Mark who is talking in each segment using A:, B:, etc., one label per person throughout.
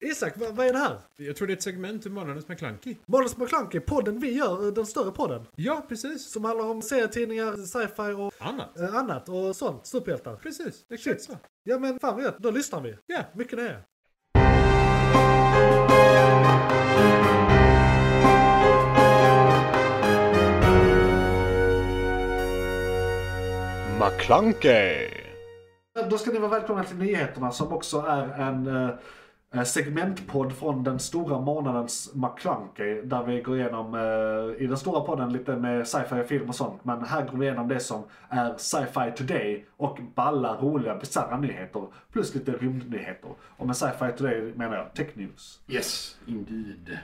A: Isak, vad, vad är det här?
B: Jag tror det är ett segment ur Månadens McKlunky.
A: Måns McClunky, podden vi gör, eh, den större podden.
B: Ja, precis.
A: Som handlar om serietidningar, sci-fi och
B: Annat.
A: eh, annat och sånt. Superhjältar.
B: Precis, exakt så.
A: Ja men fan vad gött, då lyssnar vi.
B: Ja,
A: Mycket nöje.
C: McClunkey!
A: Då ska ni vara välkomna till nyheterna som också är en eh, segmentpodd från den stora månadens McClunkey. Där vi går igenom, eh, i den stora podden lite med sci-fi film och sånt. Men här går vi igenom det som är sci-fi today och balla, roliga, bisarra nyheter. Plus lite rymdnyheter. Och med sci-fi today menar jag tech news.
D: Yes, indeed.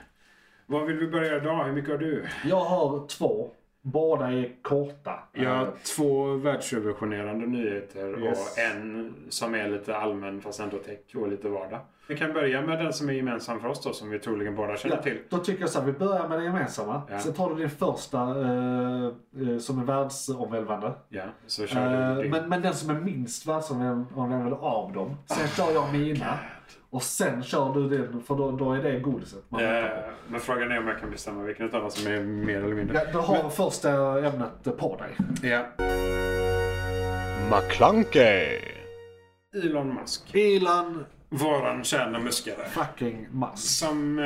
D: Var vill vi börja idag? Hur mycket har du?
A: Jag har två. Båda är korta.
D: Jag
A: Eh,
D: har två världsrevolutionerande nyheter
A: Yes.
D: och en som är lite allmän fast ändå tech och lite vardag. Vi kan börja med den som är gemensam för oss då, som vi troligen båda känner
A: Ja,
D: till.
A: Då tycker jag så här, vi börjar med det gemensamma.
D: Ja.
A: Sen tar du din första eh, eh, som är världsomvälvande.
D: Ja, så kör
A: Eh,
D: du.
A: men, men den som är minst världsomvälvande av dem. Sen kör jag mina. Och sen kör du din, för då, då är det godiset man väntar på.
D: Eh, men frågan är om jag kan bestämma vilken av dem som är mer eller mindre.
A: Ja, du har första ämnet på dig.
D: Ja.
C: McClunkey!
D: Elon Musk,
A: Elon
D: våran kärna muskare,
A: fucking Musk.
D: som eh,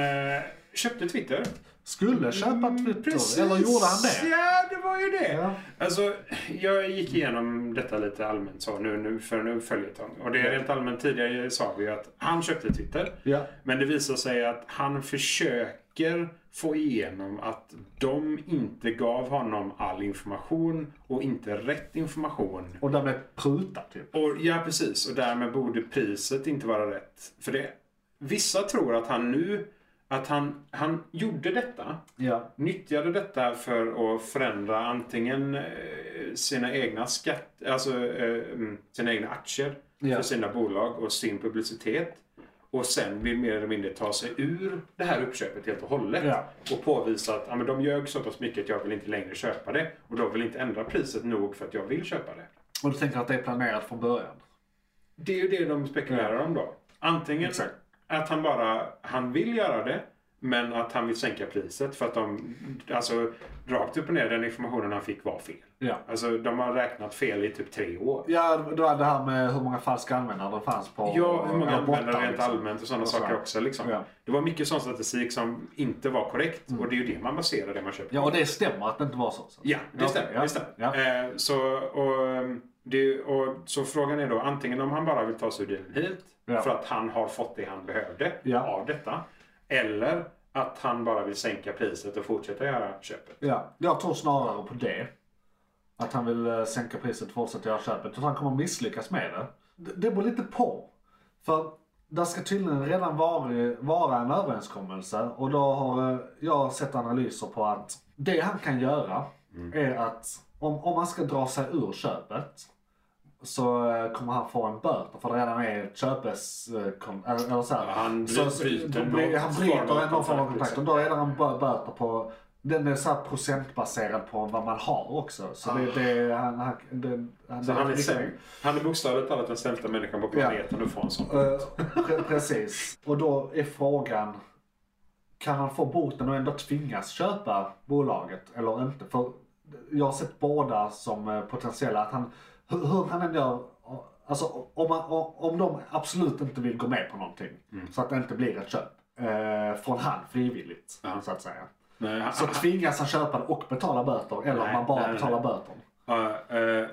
D: köpte Twitter.
A: Skulle köpa Twitter,
D: Mm, Precis.
A: eller gjorde han det?
D: Ja, det var ju det.
A: Ja.
D: Alltså, jag gick igenom detta lite allmänt så nu, nu för en följetong. Och det är rent allmänt tidigare sa vi ju att han köpte Twitter.
A: Ja.
D: Men det visar sig att han försöker få igenom att de inte gav honom all information och inte rätt information.
A: Och därmed pruta typ.
D: Och, ja, precis. Och därmed borde priset inte vara rätt. För det, vissa tror att han nu, att han, han gjorde detta
A: Ja.
D: nyttjade detta för att förändra antingen eh, sina egna skatt, alltså eh, mm, sina egna aktier
A: Ja.
D: för sina bolag och sin publicitet. Och sen vill mer eller mindre ta sig ur det här uppköpet helt och hållet.
A: Ja.
D: Och påvisa att ja, men de ljög så pass mycket att jag vill inte längre köpa det. Och de vill inte ändra priset nog för att jag vill köpa det.
A: Och du tänker att det är planerat från början?
D: Det är ju det de spekulerar om då. Antingen
A: Exakt.
D: att han bara han vill göra det, men att han vill sänka priset för att de, alltså rakt upp och ner, den informationen han fick var fel.
A: Ja.
D: Alltså de har räknat fel i typ tre år.
A: Ja, det var det här med hur många falska användare det fanns på
D: Ja, hur många
A: ja,
D: användare
A: bottar,
D: rent
A: liksom.
D: allmänt och sådana
A: Och så
D: saker
A: här.
D: också. Liksom.
A: Ja.
D: Det var mycket sån statistik som inte var korrekt och det är ju det man baserar det man köper
A: Ja, och det stämmer att det inte var så. så.
D: Ja, det
A: Ja,
D: stämmer.
A: ja,
D: det stämmer.
A: ja.
D: Eh, så, och, ehm, det, och, så frågan är då antingen om han bara vill ta sig ur dealen helt
A: Ja.
D: för att han har fått det han behövde
A: Ja.
D: av detta. Eller att han bara vill sänka priset och fortsätta göra köpet.
A: Ja, jag tror snarare på det. Att han vill eh, sänka priset och fortsätta göra köpet. Och han kommer misslyckas med det. Det, det beror lite på. För där ska tydligen redan vara, vara en överenskommelse. Och då har eh, jag sett analyser på att det han kan göra
D: Mm.
A: är att om, om han ska dra sig ur köpet så eh, kommer han få en böter för det redan är köpes... eh, kon- Eller eller så här.
D: Han
A: så, så, de-
D: bryter någon
A: han
D: form
A: bryter
D: av
A: någon form av
D: kontrakt, liksom.
A: kontrakt. Och då är det en bö- böter på... Den är så här procentbaserad på vad man har också. Så det, det, han, han, det, han,
D: Ah.
A: det-
D: Så
A: liksom-
D: han är, säng, han är bokstavligt talat den sämsta människan på planeten och får en sån.
A: Eh, pre- precis. Och då är frågan, kan han få boten och ändå tvingas köpa bolaget eller inte? För jag har sett båda som eh, potentiella, att han, hur, hur han än gör, alltså om, man, om de absolut inte vill gå med på någonting,
D: Mm.
A: så att det inte blir ett köp. eh, Från han frivilligt,
D: Ja.
A: så att säga.
D: Nej, han-
A: Så tvingas han köpa det och betala böter, eller om
D: Nej,
A: man bara
D: nej, nej.
A: betalar böter.
D: Ja, eh,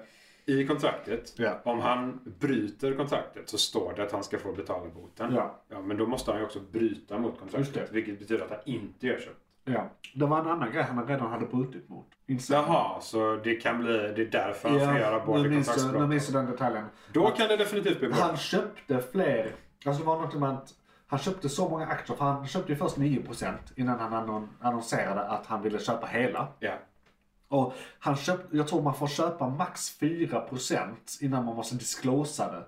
D: I kontraktet,
A: Ja.
D: om han bryter kontraktet så står det att han ska få betala boten.
A: Ja.
D: men då måste han ju också bryta mot kontraktet.
A: Just det.
D: Vilket betyder att han inte gör köpet.
A: Ja. Det var en annan grej han redan hade brutit mot. Insåg jag.
D: Jaha, så det kan bli, det är därför han får göra både
A: nu minns jag- Nu minns
D: kontraktsbrott.
A: jag den detaljen.
D: Då kan det definitivt bli bra.
A: Han köpte fler, alltså det var något med att han köpte så många aktier, för han köpte ju först 9% innan han annon- annonserade att han ville köpa hela.
D: Ja.
A: Och han köpte, jag tror man får köpa max 4% innan man måste disclosa det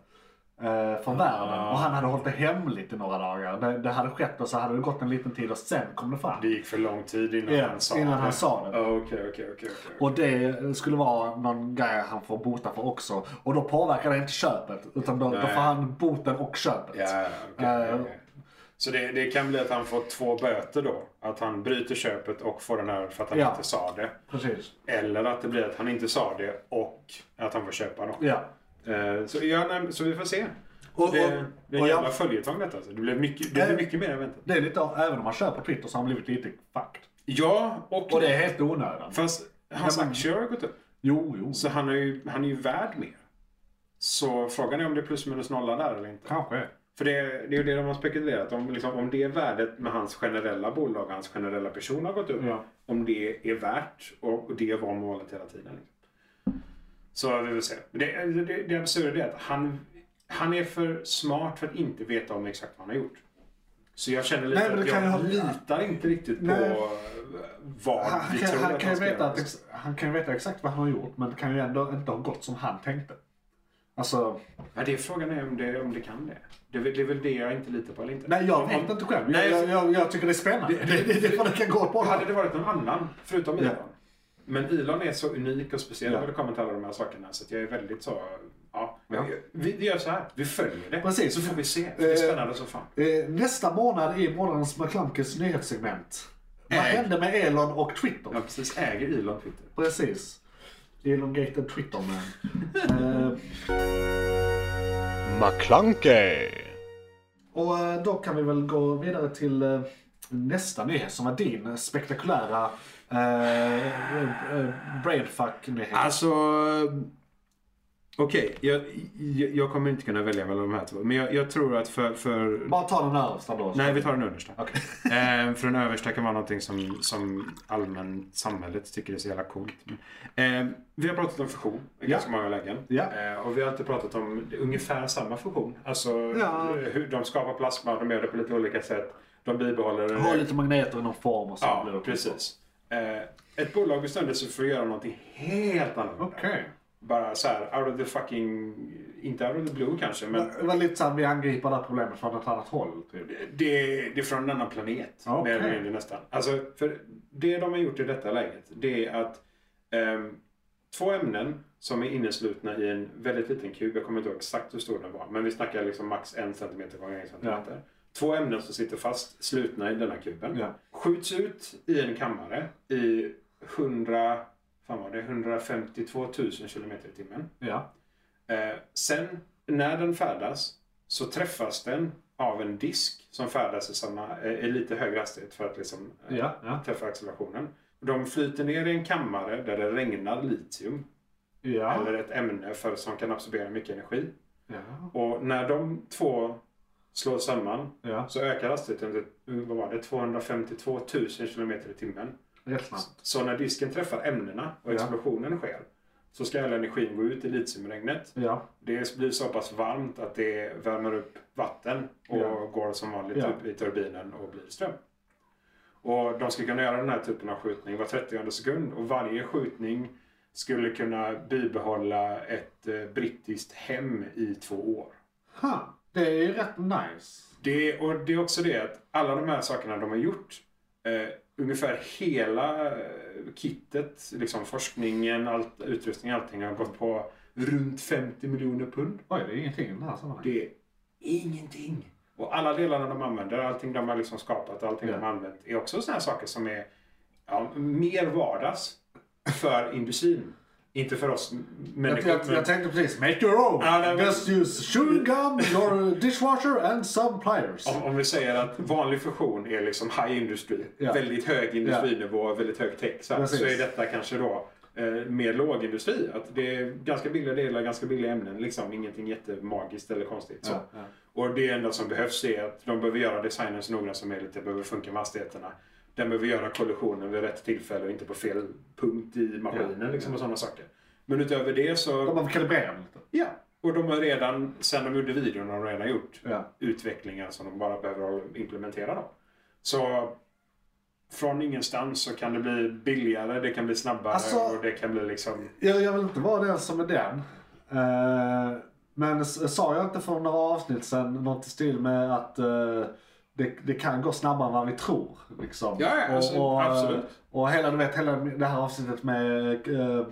A: eh, för världen. Och han hade hållit det hemligt i några dagar. Det, det hade skett och så hade det gått en liten tid och sen kom det fram.
D: Det gick för lång tid innan
A: Ja,
D: han sa
A: innan
D: det.
A: han sa det.
D: Ja, Okej, okej, okej. okej.
A: Och det skulle vara någon grej han får bota för också. Och då påverkar det inte köpet. Utan då, då
D: Nej.
A: får han boten och köpet.
D: Ja, okej,
A: Eh,
D: okej. Så det, det kan bli att han får två böter då. Att han bryter köpet och får den här för att han
A: Ja.
D: inte sa det.
A: Precis.
D: Eller att det blir att han inte sa det och att han får köpa dem.
A: Ja.
D: Eh, Så, ja, nej, så vi får se.
A: Och, och,
D: Det, det är en
A: och
D: jävla
A: jag, Eh.
D: följetong detta. Alltså. Det blir mycket, det blir mycket mer än väntat.
A: det är lite, av- även om man kör på Twitter så har man blivit lite fucked.
D: Ja, och,
A: Och det är helt onödan.
D: fast hans
A: Ja, men-
D: aktier har ju gått upp.
A: Jo, jo.
D: Så han är, ju, han är ju värd mer. Så frågan är om det är plus minus nolla där eller inte.
A: Kanske.
D: För det, det är ju det de har spekulerat om. Liksom, om det är värdet med hans generella bolag, hans generella person har gått upp.
A: Ja.
D: Om det är värt och, och det var målet hela tiden. Liksom. Så vi får se. Men Det, alltså, det, det absurda är att han, han är för smart för att inte veta om exakt vad han har gjort. Så jag känner lite
A: Nej, men
D: att
A: det
D: jag
A: kan ju ha-
D: litar inte riktigt på
A: Nej.
D: vad
A: Han
D: vi
A: kan,
D: tror
A: han,
D: att
A: kan
D: han
A: ju
D: ska
A: veta
D: göra.
A: att, ex- han kan ju veta exakt vad han har gjort men det kan ju ändå inte ha gått som han tänkte. Alltså,
D: Ja, det är frågan är om det, om det kan det. Det är, väl- det är väl det jag inte litar på eller inte.
A: nej jag
D: Om-
A: vet inte själv.
D: Nej,
A: Jag, jag,
D: för-
A: jag, jag tycker det är spännande. Det, det, det, är vad det kan gå på.
D: Hade det varit någon annan, förutom Elon.
A: Ja.
D: Men Elon är så unik och speciell
A: Ja.
D: när det kommer till alla de här sakerna. Så att jag är väldigt så... Ja.
A: Ja.
D: Vi, vi gör så här. Vi följer det.
A: Precis.
D: Så får vi se. Det är
A: Eh,
D: spännande som fan.
A: Eh, nästa månad i månadens McClunkes nyhetssegment. Vad
D: Äg.
A: hände med Elon och Twitter?
D: Eh. Ja, precis. Äger Elon Twitter?
A: Precis. Elongated Twitter man. eh,
C: McClunkey.
A: och eh, då kan vi väl gå vidare till eh, nästa nyhet som var din spektakulära eh, eh, brainfuck-nyhet.
D: Alltså... Okej, jag, jag, jag kommer inte kunna välja mellan de här två. Men jag, jag tror att för... för...
A: Bara ta den översta då.
D: Nej, vi tar den understa.
A: Okej.
D: Eh, för den översta kan vara någonting som, som allmänt samhället tycker är så jävla coolt. Men, eh, vi har pratat om fusion i ganska många lägen.
A: Ja.
D: Eh, och vi har alltid pratat om ungefär samma fusion. Alltså
A: Ja.
D: eh, hur de skapar plasma, de gör det på lite olika sätt. De bibehåller det.
A: Ha lite magneter i någon form och så blir
D: Ja,
A: det-
D: precis. Eh, ett bolag bestämde sig för att göra någonting helt annorlunda.
A: Okej.
D: Bara så här, out of the fucking... Inte out of the blue kanske, men
A: Det var lite såhär, vi angriper det här problemet från ett annat håll. Typ.
D: Det, det är från en annan planet.
A: Okej.
D: Mer eller mindre nästan. Alltså, för det de har gjort i detta läget, det är att ehm, två ämnen som är inneslutna i en väldigt liten kub, jag kommer inte ihåg exakt hur stor den var, men vi snackar liksom max en centimeter gånger en centimeter. Två ämnen som sitter fast, slutna i denna kuben,
A: Ja.
D: skjuts ut i en kammare i 100, fan var det, 152 000 kilometer i timmen.
A: Ja.
D: Eh, sen när den färdas så träffas den av en disk som färdas i, samma, eh, i lite högre hastighet för att liksom, eh,
A: Ja, ja.
D: träffa accelerationen. De flyter ner i en kammare där det regnar litium
A: Ja.
D: eller ett ämne för, som kan absorbera mycket energi.
A: Ja.
D: Och när de två slår samman
A: Ja.
D: så ökar hastigheten till eh, vad var det, 252 000 km i timmen.
A: Rätt snabbt.
D: Så när disken träffar ämnena och
A: Ja.
D: explosionen sker så ska all energin gå ut i litiumregnet.
A: Ja.
D: Det blir så pass varmt att det värmer upp vatten och
A: Ja.
D: går som vanligt
A: Ja.
D: upp i turbinen och blir ström. Och de ska kunna göra den här typen av skjutning var 30 sekund och varje skjutning skulle kunna bibehålla ett eh, brittiskt hem i två år.
A: Ha. Det är ju rätt nice.
D: Det, och det är också det att alla de här sakerna de har gjort, eh, ungefär hela eh, kittet, liksom forskningen, allt, utrustningen, allting har gått på runt 50 miljoner pund.
A: Oj, det är ingenting i den här sammanhanget.
D: Det är ingenting. Och alla delarna de använder, allting de har liksom skapat, allting
A: Ja.
D: de har använt är också sådana saker som är ja, mer vardags för industrin. Inte för oss m-
A: Jag,
D: människor.
A: jag, jag
D: men-
A: tänkte precis, make your own!
D: Ja, nej, men-
A: Just use chewing gum, your dishwasher and some pliers.
D: om, om vi säger att vanlig fusion är liksom high industry,
A: Ja.
D: väldigt hög industrinivå, väldigt hög tech, så, här,
A: Precis.
D: så är detta kanske då eh, mer lågindustri. Att det är ganska billiga delar, ganska billiga ämnen, liksom, ingenting jättemagiskt eller konstigt. Så.
A: Ja, ja.
D: Och det enda som behövs är att de behöver göra designen så noga som möjligt. Det behöver funka med hastigheterna. Den behöver göra kollisionen vid rätt tillfälle och inte på fel punkt i maskinen
A: Ja,
D: liksom, och sådana saker. Men utöver det
A: Om
D: så...
A: man kalibrerar lite.
D: Ja. Och de har redan, sen de gjorde videon, har de redan gjort eh,
A: Ja.
D: utvecklingar som de bara behöver implementera. Då. Så från ingenstans så kan det bli billigare, det kan bli snabbare
A: Alltså-
D: och det kan bli liksom...
A: Jag, jag vill inte vara den som är den. Eh, men s- sa jag inte för några avsnitt sedan något i stil med att eh, det, det kan gå snabbare än vad vi tror? Liksom.
D: Ja, ja, alltså,
A: och, och, eh,
D: absolut.
A: Och hela, du vet, hela det här avsnittet med eh,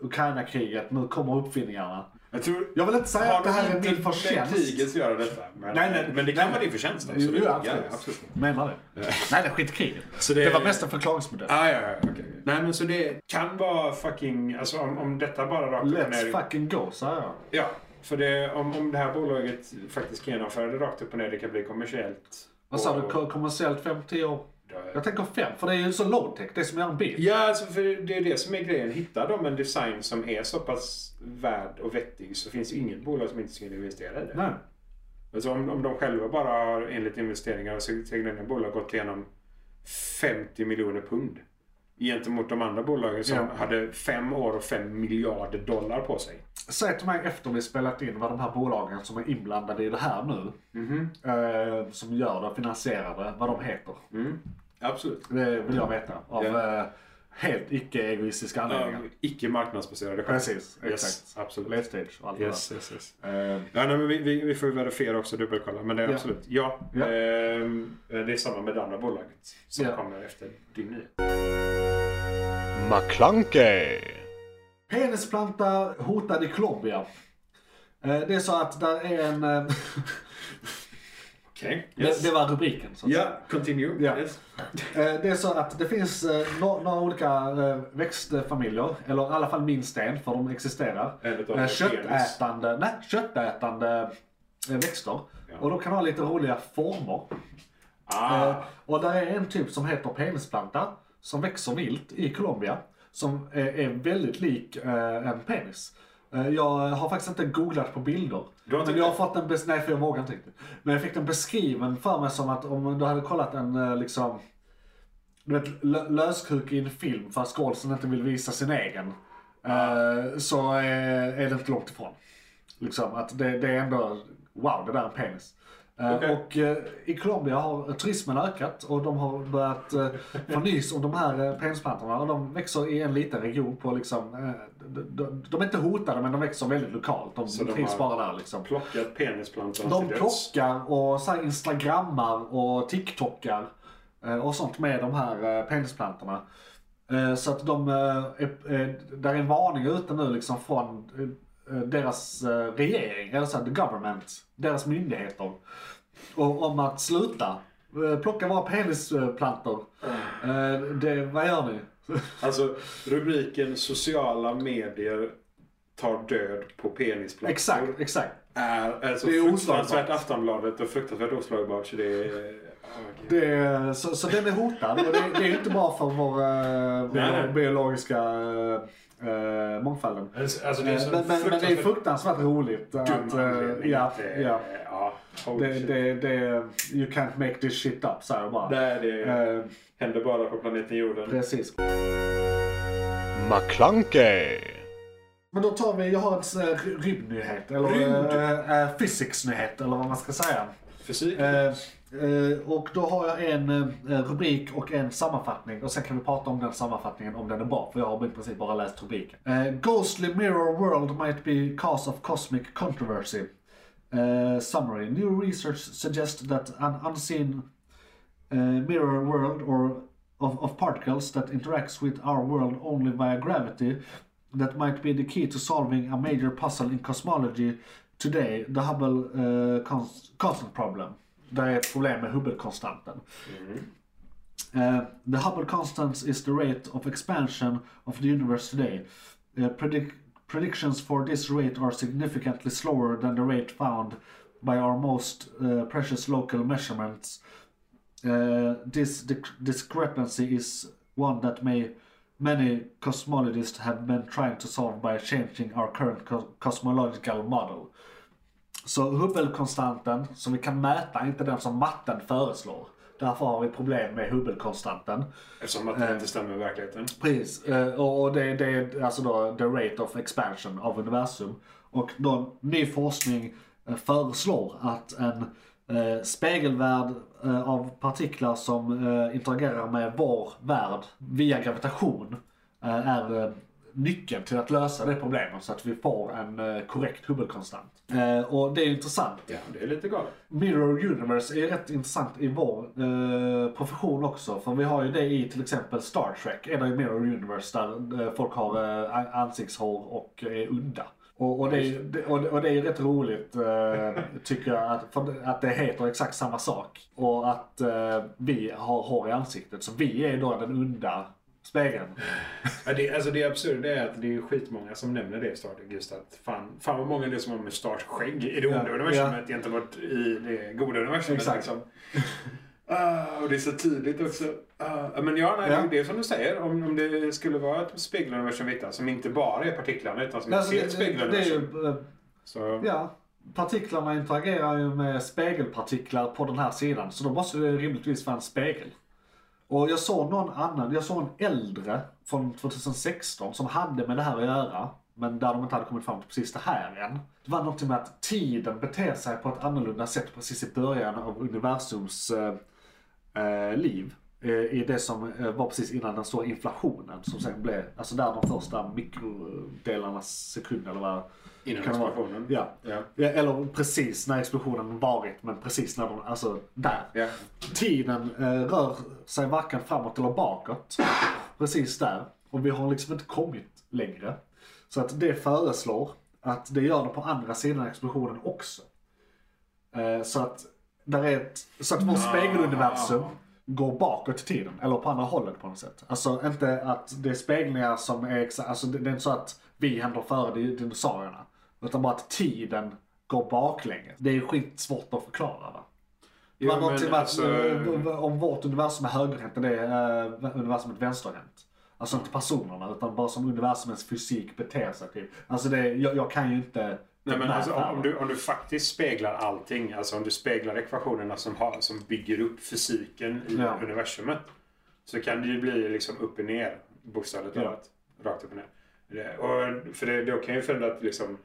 A: Ukraina-kriget, nu kommer uppfinningarna.
D: Jag tror...
A: Jag vill inte säga
D: har
A: att det
D: nog
A: här är
D: inte
A: min
D: med kriget
A: förtjänst.
D: att göra detta. Men,
A: Nej, nej,
D: men det kan
A: nej.
D: vara din förtjänst.
A: Jo,
D: Absolut.
A: jo,
D: Ja,
A: absolut.
D: absolut.
A: Menar det. Nej, det är skitkriget.
D: Så
A: Det var mest en förklaringsmodell.
D: Ah, ja, ja, okej. okej. Nej, men så det kan vara fucking... Alltså om, om detta bara rakt upp och
A: Let's
D: ner...
A: fucking go, säger jag.
D: Ja, för det, om, om det här bolaget faktiskt genomför det rakt upp och ner, det kan bli kommersiellt.
A: Vad sa du?
D: Och-
A: Ko- Kommersiellt 50 år? Jag tänker 5, för det är ju så low tech. Det är som att göra en bil.
D: Ja, alltså för det är det som är grejen. Hittar de en design som är så pass värd och vettig så finns det inget bolag som inte skulle investera i det.
A: Nej.
D: Alltså om, om de själva bara har enligt investeringar så så har egna bolag gått igenom 50 miljoner pund gentemot de andra bolagen som
A: Ja.
D: hade fem år och fem miljarder dollar på sig.
A: Säg till mig efter vi spelat in vad de här bolagen som är inblandade i det här nu,
D: Mhm.
A: eh, som gör det, finansierar det, vad de heter.
D: Absolut.
A: Det vill jag veta. Av
D: Ja.
A: eh, helt icke-egoistiska anledningar.
D: Icke marknadsbaserade skäl.
A: Precis,
D: Yes,
A: exakt.
D: absolut.
A: Late stage och allt
D: Yes, yes, yes.
A: det där. Eh,
D: Ja, nej, men vi, vi, vi får ju verifiera också och dubbelkolla. Men det är
A: Ja.
D: absolut. Ja,
A: Ja.
D: Ehm, det är samma med det andra bolaget som
A: Ja.
D: kommer efter din nyhet.
C: McClunkey.
A: Penisplanta hotad i Colombia. Eh, Det är så att där är en... eh,
D: Okej.
A: det, det var rubriken. Så att säga.
D: Ja, continue.
A: Ja.
D: Yes.
A: Eh, Det är så att det finns eh, nå- några olika eh, växtfamiljer, eller i alla fall minst en, för de existerar.
D: En utav
A: Eh,
D: dem är
A: Köttätande, nej, köttätande eh, växter.
D: Ja.
A: Och de kan ha lite roliga former.
D: Ah.
A: Eh, Och där är en typ som heter penisplanta, som växer vilt i Colombia. Som eh, är väldigt lik eh, en penis. Eh, Jag har faktiskt inte googlat på bilder.
D: Du har inte-
A: men jag har fått en bes- nej för jag vågar inte riktigt. Men jag fick den beskriven för mig som att om du hade kollat en eh, liksom, du vet lö- löskuk i en film för att skådisen inte vill visa sin egen. eh, Så är, är det inte långt ifrån. Liksom att det, det är ändå, wow det där är en penis. Eh,
D: Okej.
A: Och eh, i Colombia har turismen ökat och de har börjat eh, få nys om de här eh, penisplantorna och de växer i en liten region på liksom, eh, de, de, de är inte hotade men de växer väldigt lokalt. De
D: Så de
A: trivs
D: har-
A: bara där liksom.
D: Plockat penisplantan
A: De
D: till döds.
A: plockar och så här instagrammar och tiktokar eh, och sånt med de här eh, penisplantorna. Eh, Så att de, eh, är- är- där är en varning ute nu liksom från eh, deras eh, regering, eller så här, the government, deras myndigheter. Och, om att sluta eh, plocka våra penisplantor. Eh, Det, vad gör ni?
D: Alltså rubriken sociala medier tar död på penisplantor.
A: exakt, exakt.
D: Är, alltså,
A: Det är
D: fruktansvärt
A: oslagbart.
D: Aftonbladet och fruktansvärt oslagbart. Så det är...
A: Det är, så, så den är hotad och det, det är ju inte bra för vår eh,
D: Nej, nej.
A: bio- biologiska eh, eh, mångfalden.
D: Alltså,
A: Eh, men, men, men det är fruktansvärt roligt. Att, eh, ja, ja. Det, det, det, you can't make this shit up, säger jag bara.
D: Nej, det
A: Eh,
D: händer bara på planeten jorden.
A: precis.
C: McClunkey.
A: Men då tar vi, jag har en sån här ry- rymdnyhet. Eller
D: Rymd?
A: eh, eh, fysiksnyhet, eller vad man ska säga.
D: Fysik?
A: Eh, eh, och då har jag en eh, rubrik och en sammanfattning och sen kan vi prata om den sammanfattningen om den är bra för jag har i princip bara läst rubriken. Eh, Ghostly Mirror World might be cause of cosmic controversy. Eh, summary. New research suggests that an unseen eh, mirror world or of, of particles that interacts with our world only via gravity that might be the key to solving a major puzzle in cosmology today, the Hubble eh, cons- constant problem. Det är ett problem med Hubble-konstanten. Eh, the Hubble constant is the rate of expansion of the universe today. Eh, predic- predictions for this rate are significantly slower than the rate found by our most eh, precious local measurements. Eh, this dic- discrepancy is one that may many cosmologists have been trying to solve by changing our current co- cosmological model. Så Hubble-konstanten, som vi kan mäta, är inte den som matten föreslår. Därför har vi problem med Hubble-konstanten.
D: Eftersom
A: eh.
D: att det inte stämmer med verkligheten.
A: Precis, eh, och och det, det är alltså då the rate of expansion av universum. Och då ny forskning eh, föreslår att en eh, spegelvärld eh, av partiklar som eh, interagerar med vår värld via gravitation eh, är eh, nyckeln till att lösa det problemet så att vi får en eh, korrekt Hubble-konstant. Eh, och det är ju intressant.
D: Ja, det är lite galet.
A: Mirror Universe är ju rätt intressant i vår eh, profession också. För vi har ju det i till exempel Star Trek. Är det ju Mirror Universe där eh, folk har eh, an- ansiktshår och är udda. Och, och, det, är- det- och, det- och det är ju rätt roligt eh, tycker jag att, för det- att det heter exakt samma sak. Och att eh, vi har hår i ansiktet. Så vi är då den onda spegeln.
D: Ja, det, alltså det absurda är att det är skitmånga som nämner det i Star Trek. Just att fan, fan vad många det är som har mustaschskägg i det onda
A: Ja,
D: universumet gentemot i det goda universumet.
A: Exakt.
D: Liksom. Ah, och det är så tydligt också. Ah, men ja, nej,
A: Ja.
D: det är som du säger. Om, om det skulle vara ett spegeluniversum vi hittar som inte bara är partiklarna utan som är ett
A: Alltså,
D: helt
A: det, det är
D: spegeluniversum.
A: ju, eh,
D: Så,
A: ja, partiklarna interagerar ju med spegelpartiklar på den här sidan. Så då måste det rimligtvis vara en spegel. Och jag såg någon annan, jag såg en äldre från 2016 som hade med det här att göra. Men där de inte hade kommit fram till precis det här än. Det var något med att tiden beter sig på ett annorlunda sätt precis i början av universums eh, eh, liv. Eh, I det som eh, var precis innan den stora inflationen som sen blev, alltså där de första mikrodelarnas sekund eller vad
D: Innan
A: kan det vara?
D: explosionen.
A: Ja.
D: Ja.
A: Ja, Eller precis när explosionen varit, men precis när de, alltså där.
D: Ja.
A: Tiden eh, rör sig varken framåt eller bakåt. Precis där. Och vi har liksom inte kommit längre. Så att det föreslår att det gör det på andra sidan explosionen också. Eh, så att, där är ett, så att
D: Ah.
A: vårt spegeluniversum går bakåt i tiden, eller på andra hållet på något sätt. Alltså inte att det är speglingar som är exakt, alltså det, det är inte så att vi händer före di- dinosaurierna. Utan bara att tiden går baklänges. Det är ju skitsvårt att förklara va. Det
D: Jo,
A: var något
D: men
A: med att,
D: alltså-
A: eh, om vårt universum är högerhänt och det är eh, universumet vänsterhänt. Alltså inte personerna utan bara som universumets fysik beter sig. Typ. Alltså det, jag, jag kan ju inte...
D: Nej, men
A: den här
D: alltså, om,
A: affären.
D: om, du, om du faktiskt speglar allting, alltså om du speglar ekvationerna som, har, som bygger upp fysiken i
A: Ja.
D: universumet, så kan det ju bli liksom upp och ner, bokstavligt
A: Ja.
D: talat. Rakt upp och ner. Det- Och för det, då kan ju förändra att liksom,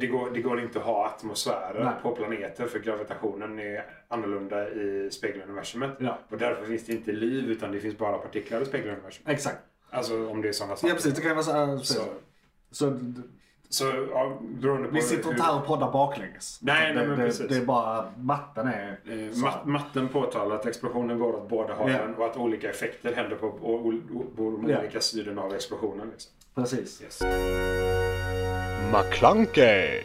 D: det, går, det går inte att ha atmosfärer
A: Nej.
D: på planeter för gravitationen är annorlunda i spegeluniversumet.
A: Ja.
D: Och därför finns det inte liv utan det finns bara partiklar i spegeluniversumet.
A: Exakt.
D: Alltså om det är sådana saker.
A: Ja precis, det kan ju vara så. här, precis.
D: Så,
A: så d-
D: så ja, beroende på
A: vi sitter inte
D: hur-
A: här och poddar baklänges.
D: Nej,
A: Utan
D: nej,
A: det,
D: men
A: det,
D: precis.
A: det är bara matten är...
D: Eh,
A: så här.
D: Mat, matten påtalar att explosionen går åt båda hållen
A: Ja.
D: och att olika effekter händer på, på, på de
A: Ja.
D: olika sidorna av explosionen. Liksom.
A: Precis.
C: McClunkey.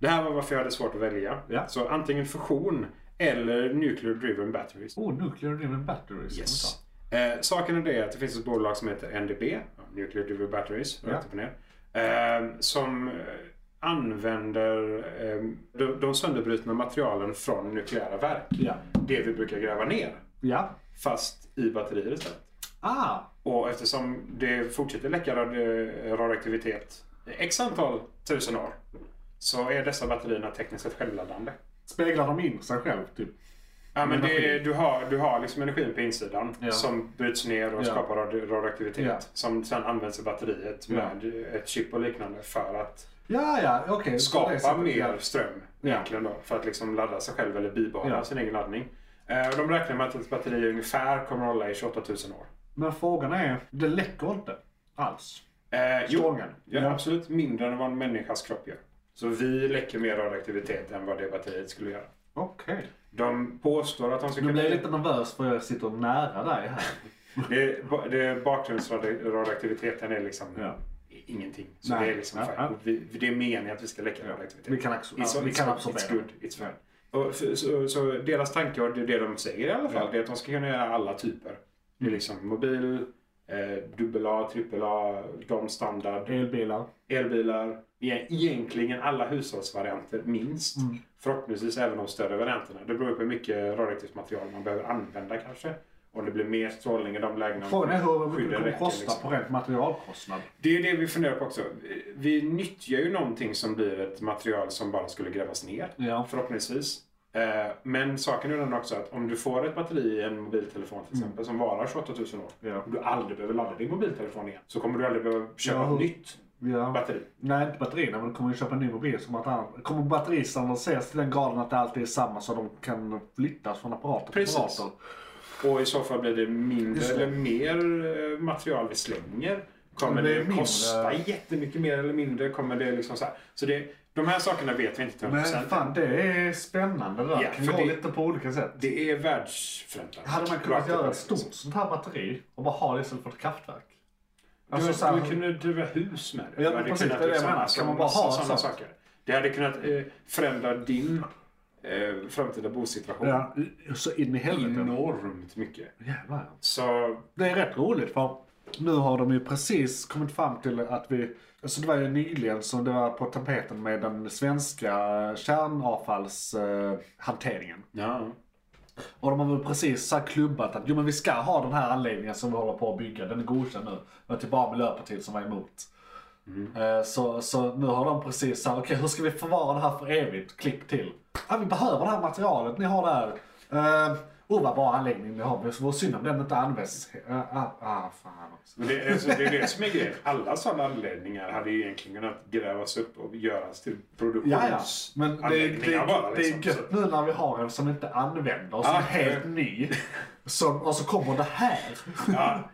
D: Det här var varför jag hade svårt att välja.
A: Ja.
D: Så antingen fusion eller nuclear driven batteries.
A: Oh, nuclear driven batteries. kan vi
D: Yes.
A: ta.
D: Eh, saken är det att det finns ett bolag som heter NDB, ja, Nuclear Driven Batteries,
A: Ja.
D: rakt upp och ner, eh, som eh, använder eh, de, de sönderbrytna materialen från nukleära verk.
A: Ja.
D: Det vi brukar gräva ner,
A: Ja.
D: fast i batterier istället.
A: Ah!
D: Och eftersom det fortsätter läcka radi- radioaktivitet i x antal tusen år så är dessa batterierna tekniskt sett självladdande.
A: Speglar de in sig själv, typ?
D: Ja, men det,
A: Energi.
D: du, har, du har liksom energin på insidan
A: Ja.
D: som bryts ner och
A: Ja.
D: skapar radi- radioaktivitet
A: Ja.
D: som sedan används i batteriet
A: Ja.
D: med ett chip och liknande för att
A: Ja, ja, okej. på det
D: skapa
A: sättet,
D: mer
A: ja.
D: ström
A: Ja.
D: egentligen då, för att liksom ladda sig själv eller bibehålla
A: Ja.
D: sin egen laddning. Eh, och De räknar med att ett batteri ungefär kommer att hålla i 28 000 år.
A: Men frågan är, det läcker inte alls.
D: Eh, jo,
A: Strålningen.
D: ja,
A: Ja.
D: absolut mindre än vad en människas kropp gör. Så vi läcker mer radioaktivitet än vad det batteriet skulle göra.
A: Okej.
D: De påstår att de ska
A: Nu
D: kunna...
A: blir jag lite nervös för jag sitter nära dig här.
D: Det, det, bakgrundsradioaktiviteten är liksom
A: Ja.
D: ingenting. Så
A: Nej.
D: det är liksom
A: Ja,
D: fine.
A: ja.
D: Och Vi, det är meningen att vi ska läcka radioaktivitet.
A: Vi kan absor-
D: It's-
A: ja, vi
D: it's-
A: kan absorbera.
D: It's good, it's fine. Och f- så, så deras tanke, och det är det de säger i alla fall, det är att de ska kunna göra alla typer. Det
A: Mm.
D: är liksom mobil, eh, dubbel-A, trippel-A, de standard.
A: Mm. Elbilar.
D: elbilar, e- egentligen alla hushållsvarianter minst.
A: Mm.
D: Förhoppningsvis även de större varianterna. Det beror på hur mycket radioaktivt material man behöver använda kanske. Om det blir mer strålning i de lägena.
A: Frågan är hur mycket det
D: skydden
A: kommer
D: räcker,
A: kosta
D: liksom.
A: på rent materialkostnad.
D: Det är det vi funderar på också. Vi nyttjar ju någonting som blir ett material som bara skulle grävas ner.
A: Ja.
D: Förhoppningsvis. Eh, Men saken är den också att om du får ett batteri i en mobiltelefon till
A: Mm.
D: exempel som varar 28 000 år.
A: Ja.
D: Om du aldrig behöver ladda din mobiltelefon igen. Så kommer du aldrig behöva köpa
A: Ja.
D: ett nytt
A: Ja.
D: batteri.
A: Nej, inte batterierna, men du kommer ju köpa en ny mobil. Som att han, kommer batteristandardiseras till den graden att det alltid är samma så de kan flyttas från apparater till
D: Precis.
A: apparater?
D: Och i så fall blir det mindre
A: Just det.
D: eller mer eh, material vi slänger. Kommer
A: Men
D: det,
A: det är mindre-
D: kosta jättemycket mer eller mindre? Kommer det liksom så här? Så det, de här sakerna vet vi inte till 100%.
A: Men fan, det är spännande det där.
D: Ja,
A: kan
D: för
A: gå
D: det-
A: lite på olika sätt.
D: Det är världsförändrande.
A: Hade man
D: Rakt
A: kunnat
D: upp
A: göra
D: och
A: ett
D: ner.
A: stort sånt här batteri och bara ha det istället för ett kraftverk? Alltså,
D: Alltså, du kunde driva hus med det.
A: Ja,
D: Du hade
A: precis,
D: kunnat
A: det är det jag
D: liksom-
A: menar.
D: alltså,
A: Kan man bara
D: massa
A: ha
D: sådana
A: sånt?
D: saker? Det hade kunnat eh, förändra din eh, framtida bosituation
A: Ja, så in i
D: Mm.
A: helvete.
D: enormt mycket.
A: Jävlar.
D: Så
A: Det är rätt roligt för nu har de ju precis kommit fram till att vi, alltså det var ju nyligen som det var på tapeten med den svenska kärnavfallshanteringen.
D: ja,
A: Och de har väl precis så här klubbat att jo men vi ska ha den här anläggningen som vi håller på att bygga, den är godkänd nu. Det var typ bara Miljöpartiet som var emot.
D: Mm.
A: Eh, Så, så nu har de precis såhär, okej hur ska vi förvara det här för evigt? Klipp till. Ah, vi behöver det här materialet ni har där. Uh, oh vad bra anläggning ni har, men vad synd om den inte används. Eh, ah, ah, fan också.
D: men det, alltså, det är det som är grejen. Alla sådana anläggningar hade ju egentligen kunnat grävas upp och göras till
A: Ja, ja. Men det, är- det,
D: produktionsanläggningar bara.
A: är- det är
D: Liksom.
A: gött nu när vi har en som inte använder, som
D: Ah,
A: är helt
D: ja.
A: ny. Som, och så kommer det här.
D: Så, ja.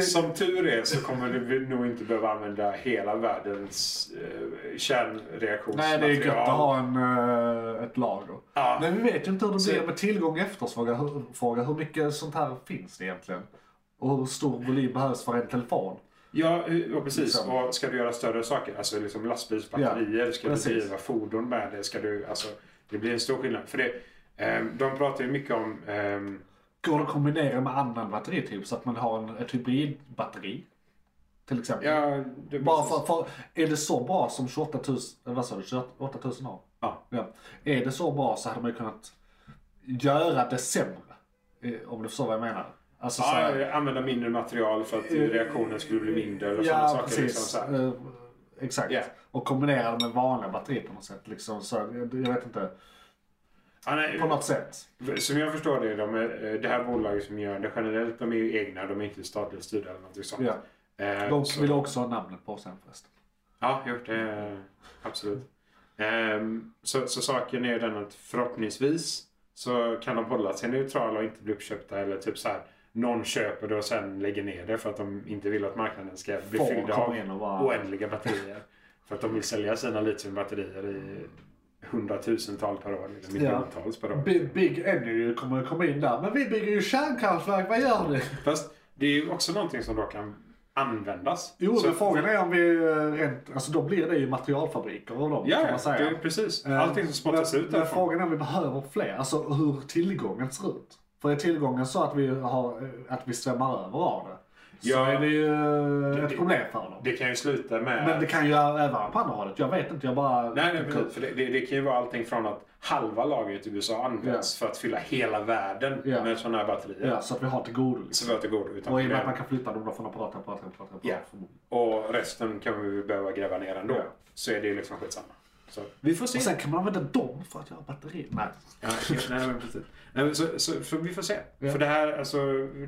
D: Som tur är så kommer du nog inte behöva använda hela världens eh,
A: Nej,
D: kärnreaktionsmaterial.
A: det är gött att ha en, eh, ett lager.
D: Ja.
A: Men vi vet ju inte hur det
D: Så-
A: blir med tillgång och efterfrågan. Hur, fråga, hur mycket sånt här finns det egentligen? Och hur stor volym behövs för en telefon?
D: Ja, ja precis.
A: Liksom.
D: Och ska du göra större saker, alltså liksom lastbilsbatterier,
A: Ja,
D: ska
A: precis.
D: du driva fordon med det, ska du, alltså, det blir en stor skillnad. För det, ehm, de pratar ju mycket om, ehm,
A: Går det att kombinera med annan batterityp så att man har en, ett hybridbatteri? Till exempel.
D: ja, det,
A: Bara för, för, är det så bra som 28 000, eh, vad sa du, 28 000 har?
D: Ja.
A: Ja. Är det så bra så hade man ju kunnat göra det sämre. Eh, Om du förstår vad jag menar. Alltså, så här- Eh,
D: Ja, använda mindre material för att reaktionen skulle bli mindre eller sådana
A: Ja,
D: saker.
A: precis.
D: Liksom, så här.
A: Eh, exakt.
D: Ja.
A: Och kombinera det med vanliga batterier på något sätt. Liksom, så, jag, jag vet inte.
D: Ja, nej,
A: På något sätt.
D: Som jag förstår det, de är, eh, det här bolaget som gör det generellt, de är ju egna, de är inte statligt styrda eller någonting sånt.
A: Ja.
D: Eh,
A: De
D: så-
A: vill också ha namnet på sen förresten.
D: Ja, jo, det absolut. Ehm, så, så saken är den att förhoppningsvis så kan de hålla sig neutrala och inte bli uppköpta eller typ så här någon köper det och sen lägger ner det för att de inte vill att marknaden ska bli
A: Ford
D: fylld
A: kommer
D: av
A: in och bara-
D: oändliga batterier. för att de vill sälja sina litiumbatterier i hundratusentals per år, eller miljontals per år.
A: Big, Big Energy kommer komma in där. Men vi bygger ju kärnkraftverk, vad gör ni?
D: Fast det är ju också någonting som då kan användas.
A: Jo,
D: Så-
A: men frågan är om vi eh, rent... Alltså då blir det ju materialfabriker av dem
D: Ja,
A: kan man säga.
D: det är precis.
A: Eh,
D: Allting som spottas
A: men,
D: ut
A: Men
D: därifrån.
A: frågan är om vi behöver fler. Alltså hur tillgången ser ut. För är tillgången så att vi, har, eh, att vi svämmar över av det. Så
D: Ja.
A: är det ju eh,
D: Det-
A: ett
D: det-
A: problem för dem.
D: Det kan ju sluta med...
A: Men det kan ju även vara på andra hållet. Jag vet inte, jag bara...
D: Nej, nej precis. För det, det, det kan ju vara allting från att halva lagret i USA används för att fylla hela världen
A: Ja.
D: med sådana här batterier.
A: Ja, så att vi har till godo
D: Så
A: liksom.
D: vi har inte god utan
A: Och i och med att
D: problem.
A: man kan flytta dem då från apparat till apparat till apparat till
D: Ja.
A: apparat. förmodligen.
D: Och resten kan vi behöva gräva ner ändå.
A: Ja.
D: Så är det ju liksom skitsamma. Så, vi får se.
A: Och sen kan man använda dem för att göra batterier. Nej.
D: Ja, nej, men precis. Nej, men så, så, för vi får se.
A: Ja.
D: För det här, alltså,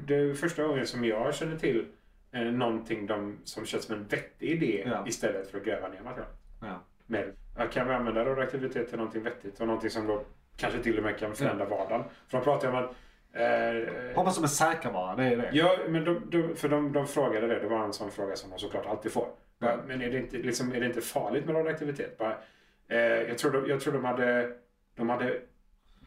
D: det är första gången som jag känner till eh, någonting de, som känns som en vettig idé
A: Ja.
D: istället för att gräva ner material.
A: Ja.
D: med. Ja, Kan vi använda radioaktivitet till någonting vettigt och någonting som då kanske till och med kan förändra vardagen? För de pratar ju om att... Eh,
A: Hoppas de är säkra bara, det är det.
D: ja, men de, de, för de, de frågade det. Det var en sån fråga som de såklart alltid får. Bara,
A: Ja.
D: Men är det, inte, liksom, är det inte farligt med radioaktivitet? Bara, eh, jag, tror de, jag tror de hade... De hade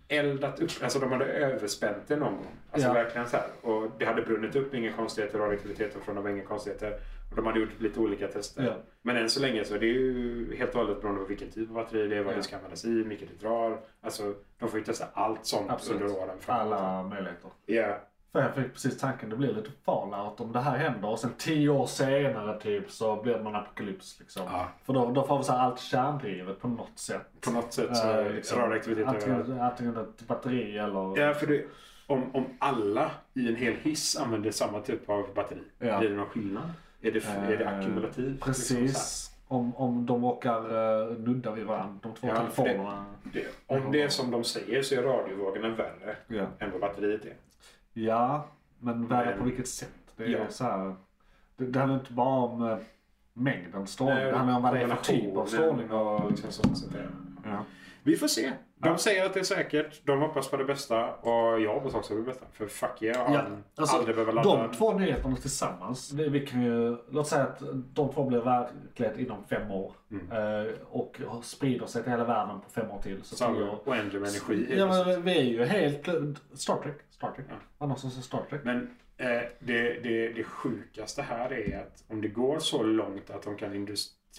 D: eldat upp, alltså de hade överspänt det någon gång. Alltså
A: Ja.
D: verkligen så här. Och det hade brunnit upp, inga konstigheter, radioaktiviteten från dem var inga konstigheter. Och de hade gjort lite olika tester.
A: Ja.
D: Men än så länge så är det ju helt och hållet beroende på vilken typ av batteri det är, vad
A: Ja.
D: det ska användas i, hur mycket det drar. Alltså, de får ju testa allt sånt
A: Absolut.
D: under åren framåt.
A: Alla möjligheter.
D: Ja.
A: För jag fick precis tanken, det blir lite farligt om det här händer och sen tio år senare typ så blir det någon apokalyps liksom.
D: Ja.
A: För då, då får vi så här allt kärndrivet på något sätt.
D: På något sätt så är
A: Eh, liksom,
D: radioaktivitet överallt.
A: antingen, antingen ett batteri eller...
D: Ja, för det, om, om alla i en hel hiss använder samma typ av batteri,
A: Ja.
D: blir det någon skillnad? Är det, är det
A: Eh,
D: ackumulativt? Liksom så här?
A: Precis. om, om de råkar uh, nudda vid varandra, de två
D: Ja, för
A: telefonerna.
D: Det, om det är som de säger så är radiovågorna värre
A: Ja.
D: än vad batteriet är.
A: Ja, men värre
D: Men-
A: på vilket sätt? Det, är
D: Ja.
A: så här, det, det handlar inte bara om eh, mängden strålning,
D: Nej,
A: det handlar om vad det är för typ av
D: Eh, kombinationen
A: strålning. Och,
D: Liksom sånt, sånt där.
A: ja.
D: Vi får se. De säger att det är säkert. De hoppas på det bästa. Och jag hoppas också på det bästa. För fuck yeah,
A: Ja,
D: han
A: alltså,
D: aldrig behöver ladda.
A: de två nyheterna tillsammans, det, vi kan ju, låt säga att de två blir verklighet inom fem år
D: Mm.
A: eh, och sprider sig till hela världen på fem år till. Så
D: Så han
A: tio
D: har
A: år.
D: oändlig med energi.
A: Ja, men vi är ju helt... Star Trek. Star Trek. Annars så Star Trek.
D: men Eh, det, det, det sjukaste här är att om det går så långt att de kan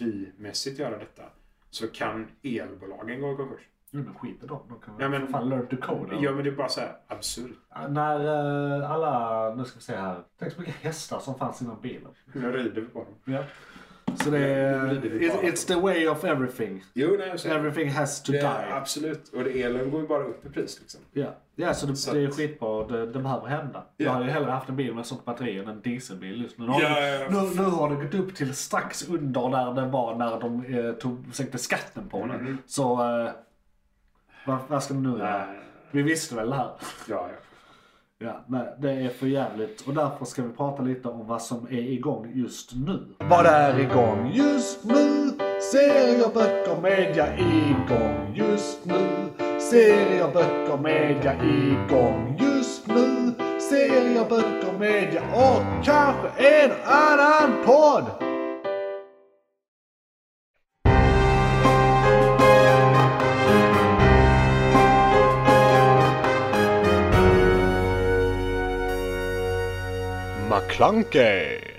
D: industrimässigt göra detta så kan elbolagen gå i konkurs.
A: Jo men skit i dem. De kan
D: Ja,
A: väl
D: men-
A: för fan learn to code.
D: Ja, men det är bara så här absurt.
A: När eh, alla, nu ska vi se här. Tänk så mycket hästar som fanns innan bilen.
D: Nu rider vi på dem.
A: Ja. Så det är,
D: Nu blir det ju
A: it,
D: bara-
A: it's the way of everything.
D: Jo, nej, så
A: Everything has to
D: det,
A: die.
D: Absolut. Och det, elen går ju bara upp i pris. Liksom.
A: Ja, ja så, det,
D: Så
A: det är
D: att-
A: skitbra. Det, det behöver hända. Jag
D: Ja.
A: hade ju hellre haft en bil med ett sånt batteri än en dieselbil just nu. Nu har,
D: Ja,
A: det-
D: ja, ja.
A: Nu, nu har det gått upp till strax under där den var när de eh, tog, sänkte skatten på den. Så eh, vad, vad ska de nu göra?
D: Mm. Nej.
A: Vi visste väl det här.
D: Ja, ja.
A: Ja, nej, det är för jävligt och därför ska vi prata lite om vad som är igång just nu.
E: Vad är igång just nu? Serier, böcker, media igång just nu. Serier, böcker, media igång just nu. Serier, böcker, media och kanske en annan podd.
C: McClunkey!